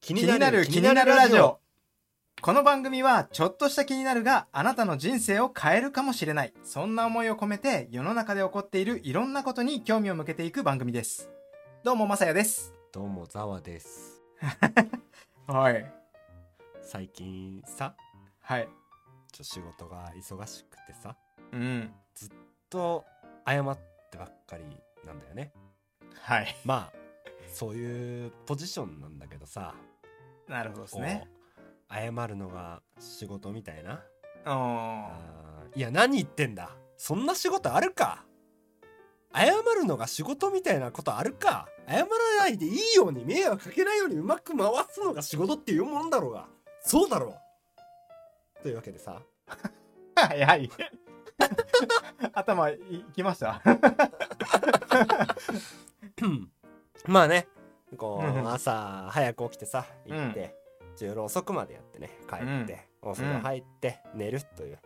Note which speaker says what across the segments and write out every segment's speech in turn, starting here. Speaker 1: 気になる気になるラジオこの番組はちょっとした気になるがあなたの人生を変えるかもしれないそんな思いを込めて世の中で起こっているいろんなことに興味を向けていく番組ですどうもまさやです
Speaker 2: どうもざわです
Speaker 1: はい
Speaker 2: 最近さ
Speaker 1: はい
Speaker 2: ちょ仕事が忙しくてさ
Speaker 1: うん
Speaker 2: と謝ってばっかりなんだよね
Speaker 1: はい
Speaker 2: まあそういうポジションなんだけどさ
Speaker 1: なるほどですね
Speaker 2: こう謝るのが仕事みたいな
Speaker 1: おー
Speaker 2: あーいや何言ってんだそんな仕事あるか謝るのが仕事みたいなことあるか謝らないでいいように迷惑かけないようにうまく回すのが仕事っていうもんだろうがそうだろうというわけで さ
Speaker 1: はいはい 頭いきました
Speaker 2: まあねこ
Speaker 1: うんうん
Speaker 2: う朝早く起きてさ
Speaker 1: うん
Speaker 2: 行って、夜遅くまでやってね帰って、お風呂入って寝るという、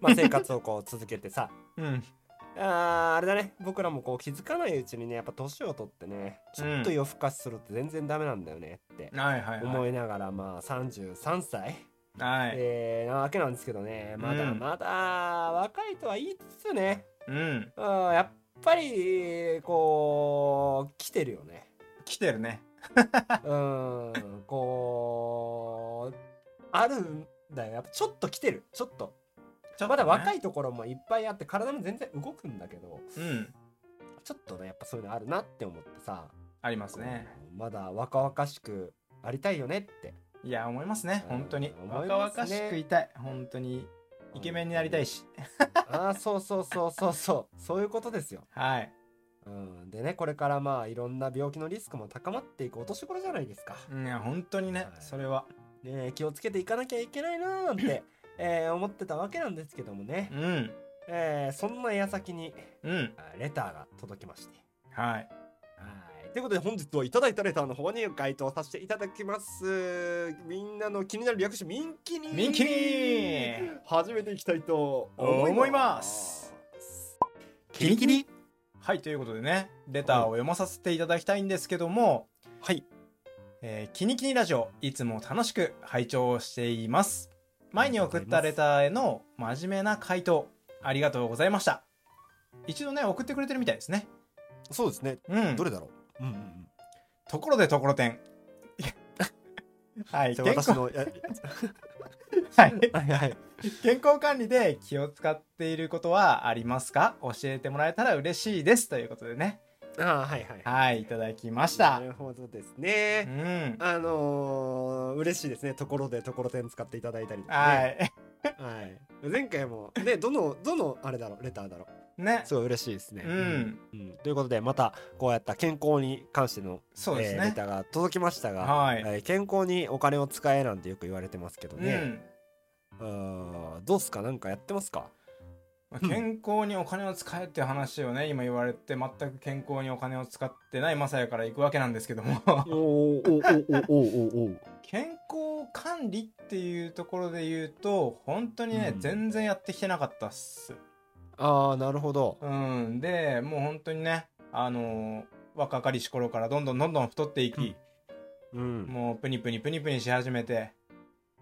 Speaker 2: まあ、生活をこう続けてさ
Speaker 1: うん
Speaker 2: あーあれだね僕らもこう気づかないうちにねやっぱ年を取ってねちょっと夜更かしすると全然ダメなんだよねって
Speaker 1: はいはい
Speaker 2: 思
Speaker 1: はい
Speaker 2: いながらまあ33歳、
Speaker 1: はい
Speaker 2: えーなわけなんですけどねまだ
Speaker 1: うん
Speaker 2: まだ若いとは言いつつね、
Speaker 1: うん
Speaker 2: うん、やっぱりこう来てるよ ね。
Speaker 1: 来てるね
Speaker 2: うーんこうあるんだよやっぱちょっと来てるちょっと
Speaker 1: ちょっとね
Speaker 2: まだ若いところもいっぱいあって体も全然動くんだけど
Speaker 1: うん
Speaker 2: ちょっとねやっぱそういうのあるなって思ってさ
Speaker 1: ありますね
Speaker 2: まだ若々しくありたいよねって
Speaker 1: いや思いますね本当に
Speaker 2: うん思い
Speaker 1: 若
Speaker 2: ますね
Speaker 1: 々しくいたい本当にイケメンになりたいし
Speaker 2: ああそうそうそうそうそうそういうことですよ、
Speaker 1: はい
Speaker 2: うん、でねこれからまあいろんな病気のリスクも高まっていくお年頃じゃないですか
Speaker 1: いや本当にね
Speaker 2: はい
Speaker 1: それは
Speaker 2: ねえ気をつけていかなきゃいけないなーなんて、えー思ってたわけなんですけどもね
Speaker 1: う、ん
Speaker 2: えーそんな矢先に
Speaker 1: うん
Speaker 2: あレターが届きまして。
Speaker 1: はい
Speaker 2: はい。ということで本日はいただいたレターの方に回答させていただきます。みんなの気になるリアクション、ミンキに
Speaker 1: ミンキニ
Speaker 2: 始めていきたいと
Speaker 1: 思います。
Speaker 2: キリキリ
Speaker 1: はいということでねレターを読まさせていただきたいんですけども
Speaker 2: はい。
Speaker 1: えーキニキニラジオいつも楽しく拝聴しています前に送ったレターへの真面目な回答ありがとうございました一度ね送ってくれてるみたいですね
Speaker 2: そうですね。
Speaker 1: うん
Speaker 2: れだろううんうんうん。
Speaker 1: ところでところてんはい
Speaker 2: じ
Speaker 1: 健
Speaker 2: ゃあ私
Speaker 1: 康
Speaker 2: の、や
Speaker 1: はい
Speaker 2: はいはい。
Speaker 1: 健康管理で気を使っていることはありますか教えてもらえたら嬉しいですということでね
Speaker 2: あーはいはい。
Speaker 1: はいいただきまし
Speaker 2: な
Speaker 1: た
Speaker 2: るほどです
Speaker 1: う
Speaker 2: ね。
Speaker 1: ん
Speaker 2: あのー、嬉しいですね。ところでところてん使っていただいたりとかね、
Speaker 1: はい
Speaker 2: はい、前回もねどのどのあれだろうレターだろう
Speaker 1: ね
Speaker 2: すごい嬉しいですね。
Speaker 1: うん
Speaker 2: うんということでまたこうやった健康に関しての、
Speaker 1: そうです
Speaker 2: えーレ
Speaker 1: ね
Speaker 2: ターが届きましたが、
Speaker 1: はい
Speaker 2: えー健康にお金を使えなんてよく言われてますけど
Speaker 1: う
Speaker 2: ね、
Speaker 1: ん
Speaker 2: あーどうっすかなんかやってますか
Speaker 1: まあ
Speaker 2: うん
Speaker 1: 健康にお金を使えっていう話をね今言われて全く健康にお金を使ってないマサヤから行くわけなんですけども
Speaker 2: おおおおおおお
Speaker 1: 健康管理っていうところで言うと本当にね、
Speaker 2: うん
Speaker 1: 全然やってきてなかったっす
Speaker 2: ああなるほど。
Speaker 1: うんでもう本当にねあのー若かりし頃からどんどんどんどん太っていき、
Speaker 2: うん。
Speaker 1: もうプニプニプニプニし始めて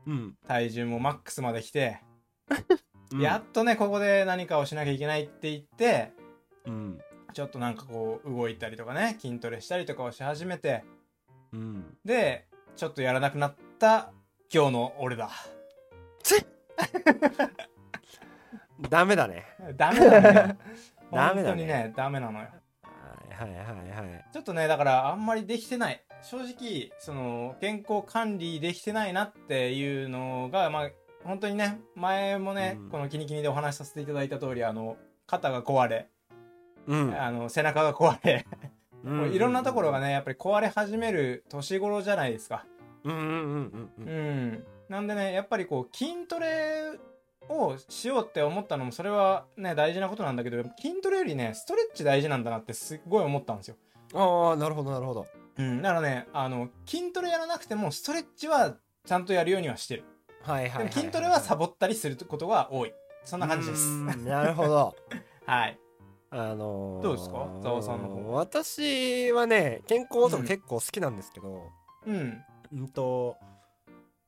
Speaker 2: うん。
Speaker 1: 体重もマックスまで来て、やっとねここで何かをしなきゃいけないって言って
Speaker 2: うん。
Speaker 1: ちょっとなんかこう動いたりとかね筋トレしたりとかをし始めて
Speaker 2: うん。
Speaker 1: でちょっとやらなくなった今日の俺だ
Speaker 2: ダメだね。
Speaker 1: ダメだね
Speaker 2: ダ
Speaker 1: 本
Speaker 2: メ
Speaker 1: 当
Speaker 2: だね
Speaker 1: にねダメなのよ
Speaker 2: はいはいはいはい。
Speaker 1: ちょっとねだからあんまりできてない正直その健康管理できてないなっていうのがまあ本当にね前もね、
Speaker 2: うん
Speaker 1: この「キニキニ」でお話しさせていただいた通りあの肩が壊れ、
Speaker 2: うん
Speaker 1: あの背中が壊れ、もう いろんなところが
Speaker 2: ね。
Speaker 1: ねやっぱり壊れ始める年頃じゃないですか
Speaker 2: うんうんうんうんうん
Speaker 1: う。ん、なんでねやっぱりこう筋トレをしようって思ったのもそれはね大事なことなんだけど筋トレよりねストレッチ大事なんだなってすっごい思ったんですよ、
Speaker 2: ああなるほどなるほど。
Speaker 1: うん、だからねあの筋トレやらなくてもストレッチはちゃんとやるようにはしてる
Speaker 2: はいはい
Speaker 1: でも筋トレはサボったりすることが多いそ
Speaker 2: そ
Speaker 1: んな感じです
Speaker 2: なるほど。
Speaker 1: はい
Speaker 2: あのー
Speaker 1: どうですかざわさんの方
Speaker 2: 私はね健康とか結構好きなんですけど、
Speaker 1: うん
Speaker 2: うんと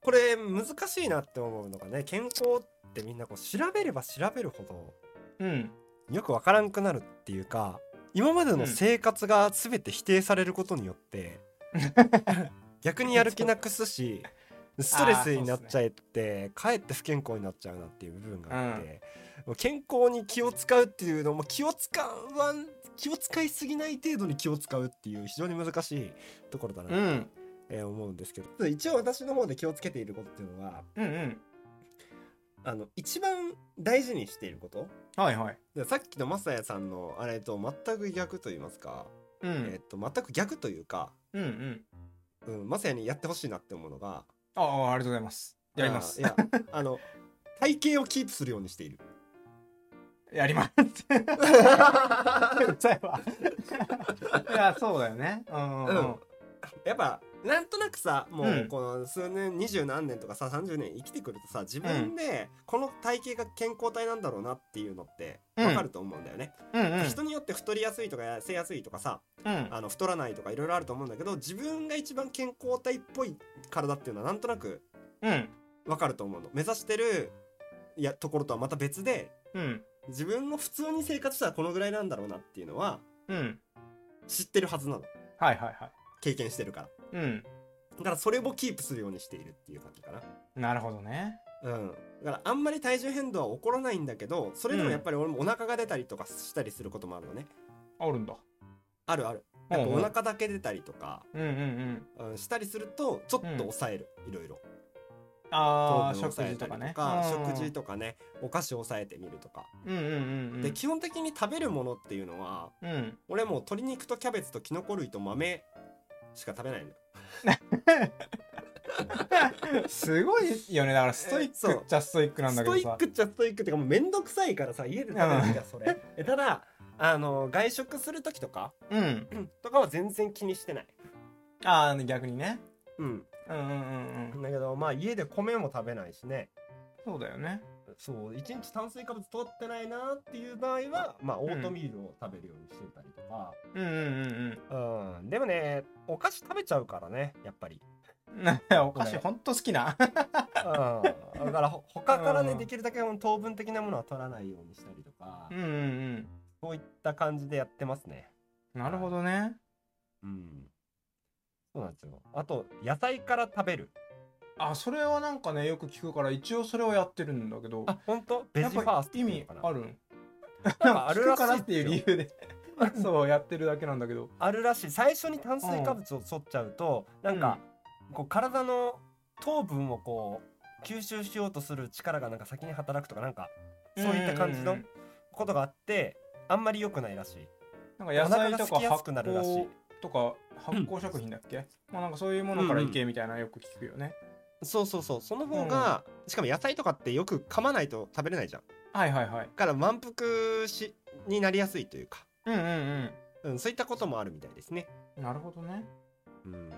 Speaker 2: これ難しいなって思うのがね健康ってみんなこう調べれば調べるほど
Speaker 1: うん
Speaker 2: よくわからんくなるっていうか今まで
Speaker 1: う
Speaker 2: の
Speaker 1: ん
Speaker 2: 生活が全て否定されることによ って、逆にやる気なくすしストレスになっちゃえって、かえって不健康になっちゃうなっていう部分があって、もう健康に気を使うっていうのも気を使わん気を使いすぎない程度に気を使うっていう非常に難しいところだなって
Speaker 1: うん
Speaker 2: えー思うんですけど一応私の方で気をつけていることっていうのは
Speaker 1: うんうん
Speaker 2: あの一番大事にしていること
Speaker 1: はいはい
Speaker 2: でさっきのマサヤさんのあれと全く逆と言いますか、
Speaker 1: うん、
Speaker 2: えーっと全く逆というか、
Speaker 1: うんうん
Speaker 2: うん、マサヤにやってほしいなって思うのが
Speaker 1: ああありがとうございますやります
Speaker 2: あーいや あの体型をキープするようにしている
Speaker 1: やります うざいわいやそうだよね うんうんうん
Speaker 2: やっぱなんとなくさも
Speaker 1: う
Speaker 2: うんこの数年二十、何年とかさ30年生きてくるとさ自分でこの体型が健康体なんだろうなっていうのって
Speaker 1: うん
Speaker 2: 分かると思うんだよね。
Speaker 1: うんうん
Speaker 2: 人によって太りやすいとか痩せやすいとかさ
Speaker 1: うん
Speaker 2: あの太らないとかいろいろあると思うんだけど自分が一番健康体っぽい体っていうのはなんとなく
Speaker 1: うん
Speaker 2: わかると思うの目指してるいやところとはまた別で
Speaker 1: うん
Speaker 2: 自分の普通に生活したらこのぐらいなんだろうなっていうのは
Speaker 1: うん
Speaker 2: 知ってるはずなの
Speaker 1: はいはいはい
Speaker 2: 経験してるから
Speaker 1: うん
Speaker 2: だからそれをキープするようにしているっていう感じかな
Speaker 1: なるほどね
Speaker 2: うんだからあんまり体重変動は起こらないんだけどそれでもやっぱり俺もお腹が出たりとかしたりすることもあるのね
Speaker 1: あるんだ
Speaker 2: あるあるやっぱお腹だけ出たりとか、
Speaker 1: うんうんうん
Speaker 2: うん、したりするとちょっと抑える、いろいろ
Speaker 1: ああ
Speaker 2: 糖分を
Speaker 1: 食
Speaker 2: 抑え
Speaker 1: 事
Speaker 2: た
Speaker 1: と
Speaker 2: り
Speaker 1: かね
Speaker 2: 食事とかねお菓子を抑えてみるとか、
Speaker 1: うんうんうんうん
Speaker 2: で基本的に食べるものっていうのは
Speaker 1: うん
Speaker 2: 俺もう鶏肉とキャベツとキノコ類と豆しか食べないの
Speaker 1: すごいよねだからストイ
Speaker 2: そ
Speaker 1: ッ
Speaker 2: う
Speaker 1: クっちゃストイックなんだ
Speaker 2: ス
Speaker 1: け
Speaker 2: ト
Speaker 1: ど
Speaker 2: イッ
Speaker 1: さ
Speaker 2: クっちゃストイックっていうかもうめんどくさいからさ家で食べるんだそれ えただあの外食する時とか
Speaker 1: うん
Speaker 2: うんとかは全然気にしてない
Speaker 1: ああ逆にね
Speaker 2: うん
Speaker 1: うんうんうんうん
Speaker 2: だけどまあ家で米も食べないしね
Speaker 1: そうだよね
Speaker 2: そう一日炭水化物取ってないなっていう場合はまあオートミールを食べるようにしてたりとか、
Speaker 1: うんうんうん
Speaker 2: うん、でもね、お菓子食べちゃうからね、やっ ぱり。
Speaker 1: うんお菓子ほんと好きな
Speaker 2: うん、だからほ他からね、
Speaker 1: うん
Speaker 2: できるだけ糖分的なものは取らないようにしたりとか
Speaker 1: うん、うんうん
Speaker 2: そういった感じでやってますね。
Speaker 1: なるほどね
Speaker 2: うん。そうなんですよ。あと、野菜から食べる。
Speaker 1: あそれはなんかねよく聞くから一応それをやってるんだけど
Speaker 2: あ、ほんとベ
Speaker 1: や
Speaker 2: ジ
Speaker 1: っ
Speaker 2: ファ
Speaker 1: ぱ
Speaker 2: ーストって
Speaker 1: 意
Speaker 2: いう
Speaker 1: 味
Speaker 2: のかな。
Speaker 1: ある
Speaker 2: なんかあるら
Speaker 1: 聞くから
Speaker 2: しい
Speaker 1: っていう
Speaker 2: です
Speaker 1: 理
Speaker 2: よ
Speaker 1: 由 でそうやってるだけなんだけど
Speaker 2: あるらしい。最初に炭水化物を取っちゃうと、なんか、こう体の糖分をこう吸収しようとする力がなんか先に働くとかなんかそういった感じ
Speaker 1: う
Speaker 2: の
Speaker 1: んうん
Speaker 2: ことがあってあんまり良くないらしい。
Speaker 1: なんか野菜と
Speaker 2: お腹が
Speaker 1: か
Speaker 2: 空きや
Speaker 1: 発
Speaker 2: すくなるらしい
Speaker 1: 酵とか発酵食品だっけ、まあなんかそういうものからいけみたいなのよく聞くよね、
Speaker 2: そうそうそうその方が、しかも野菜とかってよく噛まないと食べれないじゃんだ
Speaker 1: はいはいはい
Speaker 2: から満腹しになりやすいというか、
Speaker 1: うんうん
Speaker 2: うん、そういったこともあるみたいですね
Speaker 1: うんなるほどね
Speaker 2: うん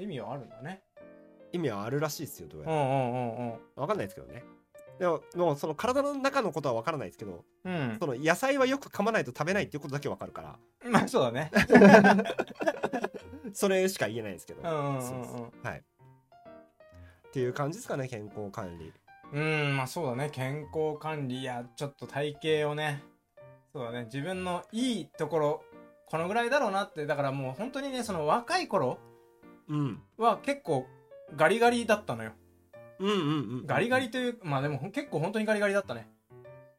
Speaker 1: 意味はあるんだね
Speaker 2: 意味はあるらしいですよどうや
Speaker 1: う
Speaker 2: ら、
Speaker 1: んうんうんうん
Speaker 2: わかんないですけどねでももうその体の中のことはわからないですけど
Speaker 1: うん
Speaker 2: その野菜はよく噛まないと食べないっていうことだけわかるから
Speaker 1: まあそうだね
Speaker 2: それしか言えないですけど、
Speaker 1: うんうんう
Speaker 2: そうんそううんはいっていう感じですかね健康管理
Speaker 1: うんまあそうだね健康管理やちょっと体型をねそうだね自分のいいところこのぐらいだろうなってだからもう本当にねその若い頃
Speaker 2: うん
Speaker 1: は結構ガリガリだったのよ
Speaker 2: うんうんうん
Speaker 1: ガリガリというまあでもほん結構本当にガリガリだったね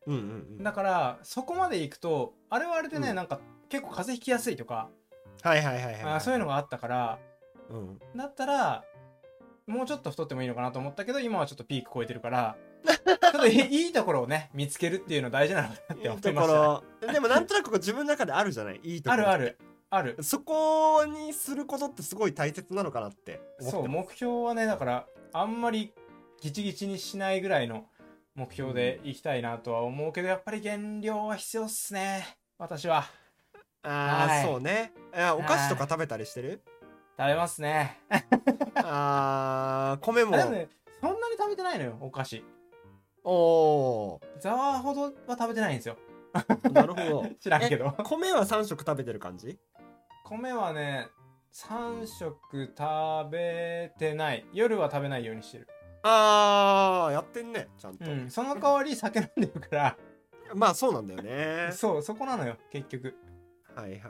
Speaker 2: うんうんうん
Speaker 1: だからそこまで行くとあれはあれでね、
Speaker 2: うん
Speaker 1: なんか結構風邪ひきやすいとか、
Speaker 2: はいはいはいはい、はい、
Speaker 1: あそういうのがあったから
Speaker 2: うん
Speaker 1: だったらもうちょっと太ってもいいのかなと思ったけど今はちょっとピーク超えてるからちょっとい いいいところをね見つけるっていうの大事なのかなって
Speaker 2: いい
Speaker 1: 思って
Speaker 2: と
Speaker 1: ま
Speaker 2: こ
Speaker 1: したね、
Speaker 2: ろでもなんとなくこう自分の中であるじゃないいいとこ
Speaker 1: あ
Speaker 2: ろ
Speaker 1: るあるある
Speaker 2: そこにすることってすごい大切なのかなって思って
Speaker 1: そう目標はねだからあんまりギチギチにしないぐらいの目標でいきたいなとは思うけど、やっぱり減量は必要っすね私は
Speaker 2: ああ、
Speaker 1: はい
Speaker 2: そうねあーお菓子とか食べたりして る
Speaker 1: 食べますね
Speaker 2: あー米も
Speaker 1: あでもねそんなに食べてないのよお菓子
Speaker 2: おお
Speaker 1: ザワーほどは食べてないんですよ
Speaker 2: ーなるほど
Speaker 1: 知らんけど
Speaker 2: え米は3食食べてる感じ
Speaker 1: 米はね3食食べてない夜は食べないようにしてる
Speaker 2: あーやってんねちゃんと、
Speaker 1: うんその代わり酒飲んでるか
Speaker 2: まあそうなんだよね
Speaker 1: らそうそこなのよ結局
Speaker 2: はいはいはい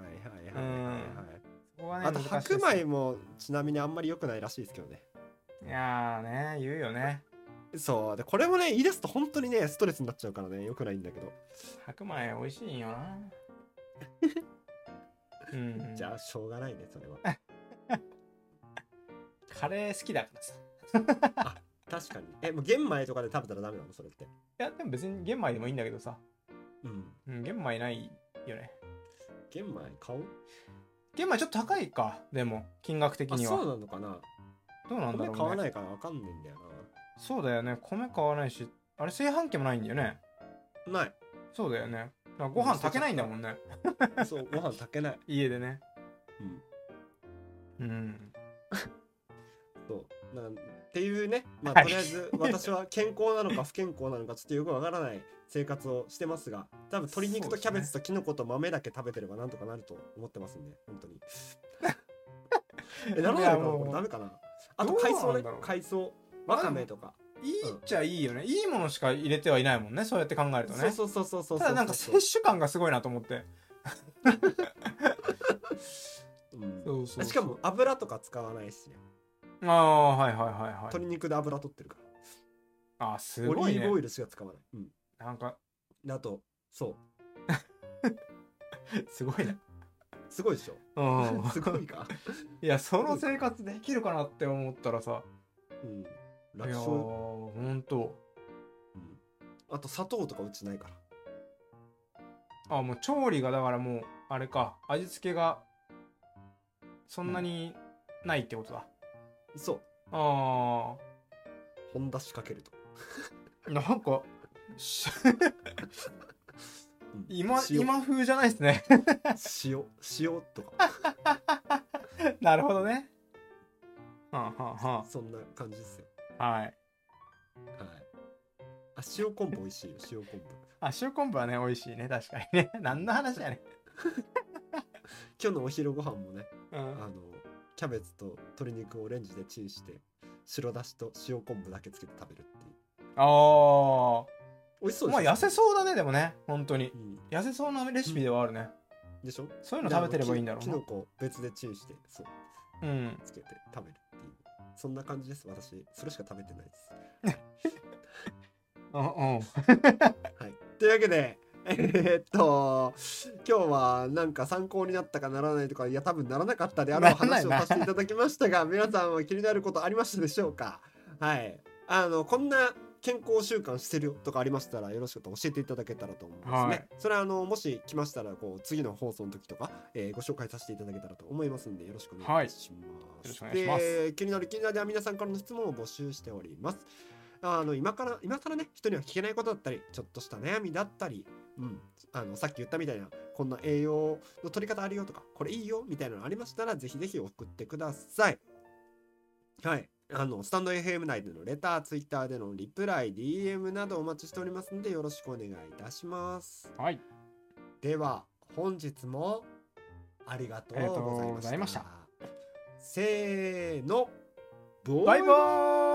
Speaker 2: はいは
Speaker 1: う
Speaker 2: い
Speaker 1: ん
Speaker 2: はい
Speaker 1: そこはね
Speaker 2: あと
Speaker 1: 難しい
Speaker 2: 白
Speaker 1: です
Speaker 2: 米もちなみにあんまり良くないらしいですけどね
Speaker 1: いやーね言うよね
Speaker 2: そうでこれもね言い出すと本当にねストレスになっちゃうからね良くないんだけど、
Speaker 1: 白米美味しいん よなうん
Speaker 2: じゃあしょうがないねそれは
Speaker 1: カレー好きだからさ
Speaker 2: 確かにえもう玄米とかで食べたらダメなのそれって
Speaker 1: いやでも別に玄米でもいいんだけどさ、
Speaker 2: うん
Speaker 1: うん、玄米ないよね
Speaker 2: 玄米買おう
Speaker 1: 玄米ちょっと高いかでも金額的
Speaker 2: あ
Speaker 1: には
Speaker 2: そうなのかな
Speaker 1: どうなん
Speaker 2: 米
Speaker 1: だろう
Speaker 2: 買わ
Speaker 1: ね
Speaker 2: ないから分かんないんだよ
Speaker 1: そうだよね米買わないしあれ炊飯器もないんだよね
Speaker 2: なない
Speaker 1: そうだよねだからご飯炊けないんだもんね
Speaker 2: そうご飯炊けない
Speaker 1: 家でね
Speaker 2: うん
Speaker 1: うん
Speaker 2: そうなんっていうね、ま
Speaker 1: は
Speaker 2: あ、
Speaker 1: い
Speaker 2: とりあえず私は健康なのか不健康なのかちょっとよくわからない生活をしてますが多分鶏肉とキャベツとキノコと豆だけ食べてればなんとかなると思ってますんで本当 にえならないのか
Speaker 1: いや
Speaker 2: な
Speaker 1: もう
Speaker 2: これダメかなあと
Speaker 1: どう
Speaker 2: 海
Speaker 1: な
Speaker 2: 藻
Speaker 1: ん
Speaker 2: ね
Speaker 1: だろう
Speaker 2: 海藻わかめとか、
Speaker 1: いいっちゃいいよね、いいものしか入れてはいないもんねそうやって考えるとね
Speaker 2: そうそうそうそうそうそう
Speaker 1: ただなんか摂取感がすごいなと思って
Speaker 2: うん
Speaker 1: そうそうそう
Speaker 2: しかも油とか使わないしね
Speaker 1: ああはいはいはいはい
Speaker 2: 鶏肉で油取ってるから
Speaker 1: あーす
Speaker 2: オ
Speaker 1: ごい
Speaker 2: リー
Speaker 1: ね
Speaker 2: ブオイルしか使わない、うん、
Speaker 1: なんか
Speaker 2: であとそう
Speaker 1: すごいね
Speaker 2: すごいでしょ
Speaker 1: う ん
Speaker 2: すごいか
Speaker 1: いやその生活できるかなって思ったらさ
Speaker 2: うん
Speaker 1: いや
Speaker 2: 楽
Speaker 1: ー
Speaker 2: 勝
Speaker 1: ほんと
Speaker 2: うんあと砂糖とかうちないから
Speaker 1: あもう調理がだからもうあれか味付けがそんなにないってことだ、
Speaker 2: そう
Speaker 1: あ
Speaker 2: 本出しかけると
Speaker 1: あなんかし
Speaker 2: うん
Speaker 1: 今
Speaker 2: 塩
Speaker 1: 今風じゃないですね
Speaker 2: 塩塩とか
Speaker 1: なるほどねはあ、はあは
Speaker 2: そんな感じですよ
Speaker 1: あ、はい
Speaker 2: はいあ塩昆布美味しいよ塩昆布
Speaker 1: あ塩昆布はね美味しいね確かにね 何の話やね
Speaker 2: 今日のお昼ご飯もね
Speaker 1: ん、う
Speaker 2: あ
Speaker 1: ん、
Speaker 2: のキャベツと鶏肉をオレンジでチンして白だしと塩昆布だけつけて食べるっていう
Speaker 1: あー
Speaker 2: 美味しそう
Speaker 1: まあ
Speaker 2: でしょ
Speaker 1: 痩せそうだねでもね本当に
Speaker 2: うん
Speaker 1: 痩せそうなレシピではあるね、
Speaker 2: でしょ
Speaker 1: そういうの食べてればいいんだろ
Speaker 2: ききのこ別でチンしてそう
Speaker 1: うなうん
Speaker 2: つけて食べるっていうそんな感じです私それしか食べてないです
Speaker 1: うんうん
Speaker 2: はい、というわけで、 えーっと、今日はなんか参考になったかならないとか、いや、多分ならなかったであろう
Speaker 1: ならない
Speaker 2: 話を
Speaker 1: な
Speaker 2: させていただきましたが、皆さんは気になることありましたでしょうかはい。あの、こんな健康習慣してるよとかありましたら、よろしくと教えていただけたらと思いますね。
Speaker 1: はい
Speaker 2: それは、あの、もし来ましたら、こう、次の放送の時とか、えーご紹介させていただけたらと思いますんで、よろしくお願いします。
Speaker 1: はいよろしくお願いします
Speaker 2: で気になる気になるでは皆さんからの質問を募集しております。あの今から今更ね人には聞けないことだったりちょっとした悩みだったり、うん、あのさっき言ったみたいなこんな栄養の取り方あるよとかこれいいよみたいなのありましたらぜひぜひ送ってください。はいあのスタンド FM 内でのレター、ツイッターでのリプライ、DM などお待ちしておりますのでよろしくお願いいたします。
Speaker 1: はい
Speaker 2: では本日もありがとうございました。
Speaker 1: ありがとうございました
Speaker 2: せーの、
Speaker 1: バイバーイ